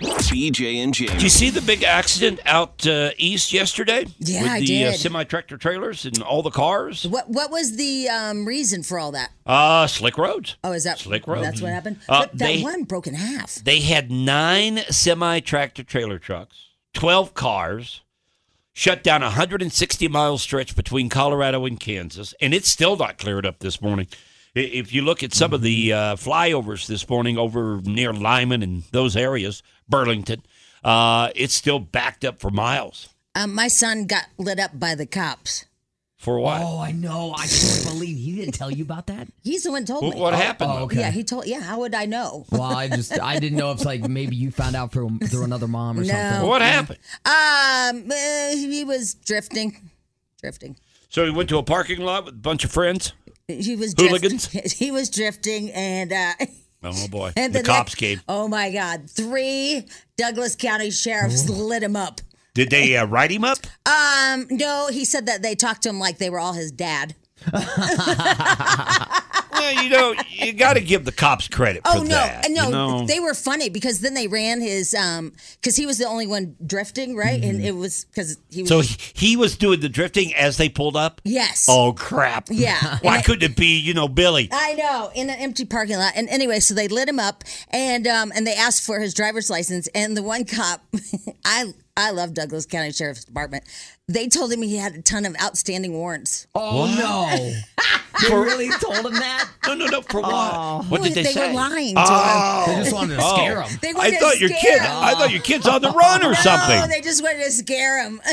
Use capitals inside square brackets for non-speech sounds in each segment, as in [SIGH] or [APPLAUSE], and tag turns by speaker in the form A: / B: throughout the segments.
A: BJ and Jamie.
B: Did you see the big accident out uh, east yesterday?
C: Yeah,
B: with
C: I
B: the Uh,
C: did.
B: semi tractor trailers and all the cars.
C: What What was the um, reason for all that?
B: Uh, slick roads.
C: Oh, is that
B: Slick road.
C: That's what happened.
B: Uh,
C: But that
B: they-
C: one broke in half.
B: They had nine semi tractor trailer trucks, twelve cars, shut down a hundred and sixty mile stretch between Colorado and Kansas, and it's still not cleared up this morning. I- If you look at some of the
C: Mm-hmm.
B: uh, flyovers this morning over near Lyman and those areas, Burlington, uh, it's still backed up for miles.
C: Um, my son got lit up by the cops.
B: For what?
D: Oh, I know.
E: [LAUGHS]
D: I can't believe he didn't tell you about that.
C: He's the one who told
B: What,
C: me.
B: what happened?
D: Oh, okay.
C: Yeah, he told. Yeah, how would I know?
D: Well, I just I didn't know if like maybe you found out from through another mom or something.
B: What happened?
C: Um, uh, he was drifting, drifting.
B: So he went to a parking lot with a bunch of friends.
C: He was
B: Hooligans?
C: drifting. [LAUGHS] He was drifting, and uh, [LAUGHS]
B: Oh boy!
C: and
B: the,
C: the
B: cops
C: next-
B: came.
C: Oh my God! Three Douglas County sheriffs lit him up.
B: Did they uh, write him up?
C: Um, no, he said that they talked to him like they were all his dad.
B: well, you know, you got to give the cops credit
C: Oh
B: for
C: no,
B: that.
C: no,
B: you know?
C: they were funny because then they ran his um because he was the only one drifting, right? And it was because he was
B: Mm-hmm. so he, he was doing the drifting as they pulled up.
C: yes,
B: Oh crap!
C: Yeah.
B: [LAUGHS] Why couldn't it be you know Billy?
C: I know in an empty parking lot. And anyway, so they lit him up and um and they asked for his driver's license. And the one cop, [LAUGHS] I I love Douglas County Sheriff's Department. They told him he had a ton of outstanding warrants.
D: Oh no! [LAUGHS] they really told him that.
B: No, no, no. For what? what did they,
C: Oh. they
B: say?
C: were lying to him.
B: Oh,
D: They just wanted to
B: Oh.
D: scare him.
C: They wanted
B: I thought
C: to
B: your
C: scare
B: kid.
C: him.
B: I thought your kid's on the run or
C: No,
B: something.
C: they just wanted to scare him. [LAUGHS]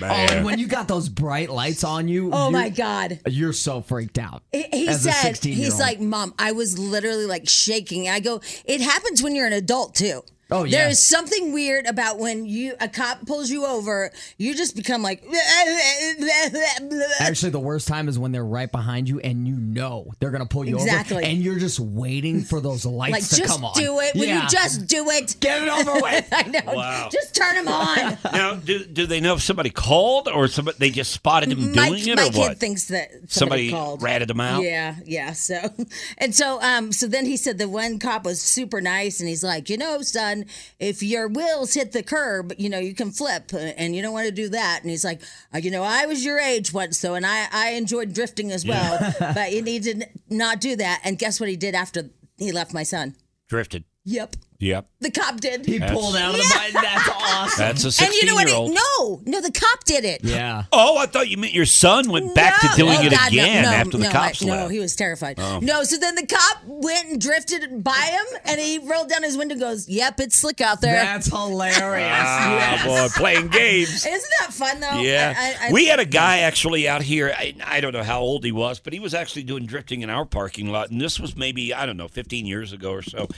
D: Oh, and when you got those bright lights on you,
C: oh
D: you-
C: my god.
D: you're so freaked out.
C: He- He
D: as a
C: said,
D: 16 -year-old.
C: he's like, Mom, I was literally like shaking. I go, It happens when you're an adult too.
D: Oh, yeah.
C: There is something weird about when you a cop pulls you over, you just become like, [LAUGHS]
D: Actually, the worst time is when they're right behind you and you know they're gonna pull you
C: Exactly.
D: over, and you're just waiting for those lights
C: like
D: to
C: just
D: come on.
C: do it. Will
D: Yeah.
C: you just do it?
D: get it over with?
C: [LAUGHS] I know.
B: Wow.
C: Just turn him on.
B: Now, do do they know if somebody called or somebody they just spotted him
C: Mm-hmm. my
B: doing it
C: my
B: or
C: kid
B: what?
C: thinks that
B: Somebody
C: somebody, called.
B: ratted him out?
C: Yeah, yeah. So [LAUGHS] and so um so then he said the one cop was super nice and he's like, you know, son, if your wheels hit the curb, you know, you can flip uh, and you don't want to do that. And he's like, uh, you know, I was your age once, so and I I enjoyed drifting as well,
B: [LAUGHS]
C: but you need to n- not do that. And guess what he did after he left my son?
B: Drifted.
C: Yep,
B: Yep.
C: the cop did.
D: He pulled out of the bike. That's awesome.
B: [LAUGHS] That's a
C: and you know what? He,
B: sixteen-year-old.
C: no, no, the cop did it.
D: yeah.
B: Oh, I thought you meant your son went back to
C: No.
B: doing
C: Oh,
B: it
C: God, no,
B: again
C: no,
B: after the
C: no,
B: cops
C: I-
B: left. Oh.
C: No, he was terrified. No, so then the cop went and drifted by him, and he rolled down his window and goes, Yep, it's slick out there.
D: That's hilarious.
C: [LAUGHS]
B: Ah, boy, playing games.
C: not that fun, though?
B: Yeah,
C: I- I- I-
B: we
C: [LAUGHS]
B: had a guy actually out here. I, I don't know how old he was, but he was actually doing drifting in our parking lot, and this was maybe I don't know, 15 years ago or so.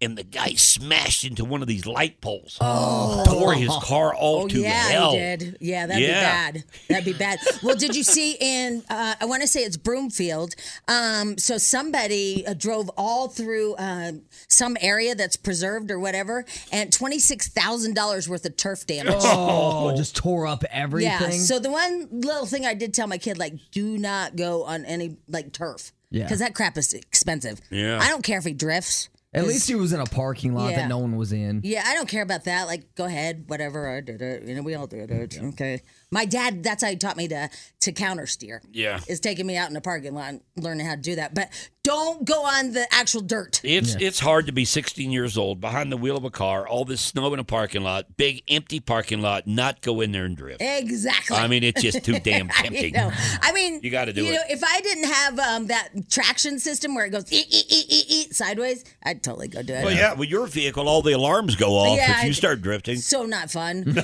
B: And the guy smashed into one of these light poles, oh. tore his car all
C: Oh,
B: to
C: yeah,
B: hell.
C: he did. Yeah, that'd
B: Yeah.
C: be bad. That'd be bad. well, did you see in, uh, I want to say it's Broomfield. Um, so somebody uh, drove all through uh, some area that's preserved or whatever, and $26,000 worth of turf damage.
D: Oh, just tore up everything.
C: Yeah. So the one little thing I did tell my kid, like, do not go on any like turf.
D: Yeah.
C: Because that crap is expensive.
B: Yeah.
C: I don't care if he drifts.
D: At least he was in a parking lot
C: Yeah.
D: that no one was in.
C: Yeah, I don't care about that. Like, go ahead, whatever. I did it. You know, we all did it. Okay. My dad, that's how he taught me to to counter steer.
B: Yeah.
C: Is taking me out in the parking lot and learning how to do that. But don't go on the actual dirt.
B: It's it's hard to be 16 years old behind the wheel of a car, all this snow in a parking lot, big empty parking lot, not go in there and drift.
C: Exactly.
B: I mean, it's just
C: [LAUGHS]
B: too damn tempting.
C: You know, I mean,
B: You gotta do
C: you
B: it.
C: Know, if I didn't have um, that traction system where it goes ee, ee, ee, ee, ee, sideways, I'd totally go do it.
B: Well, yeah, with your vehicle, all the alarms go off
C: Yeah,
B: if you
C: I-
B: start
C: [LAUGHS]
B: drifting.
C: So not fun.
B: [LAUGHS] They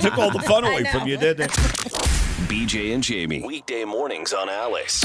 B: took all the fun
C: I
B: away from
C: know.
B: you, didn't they?
A: BJ and Jamie. Weekday mornings on Alice.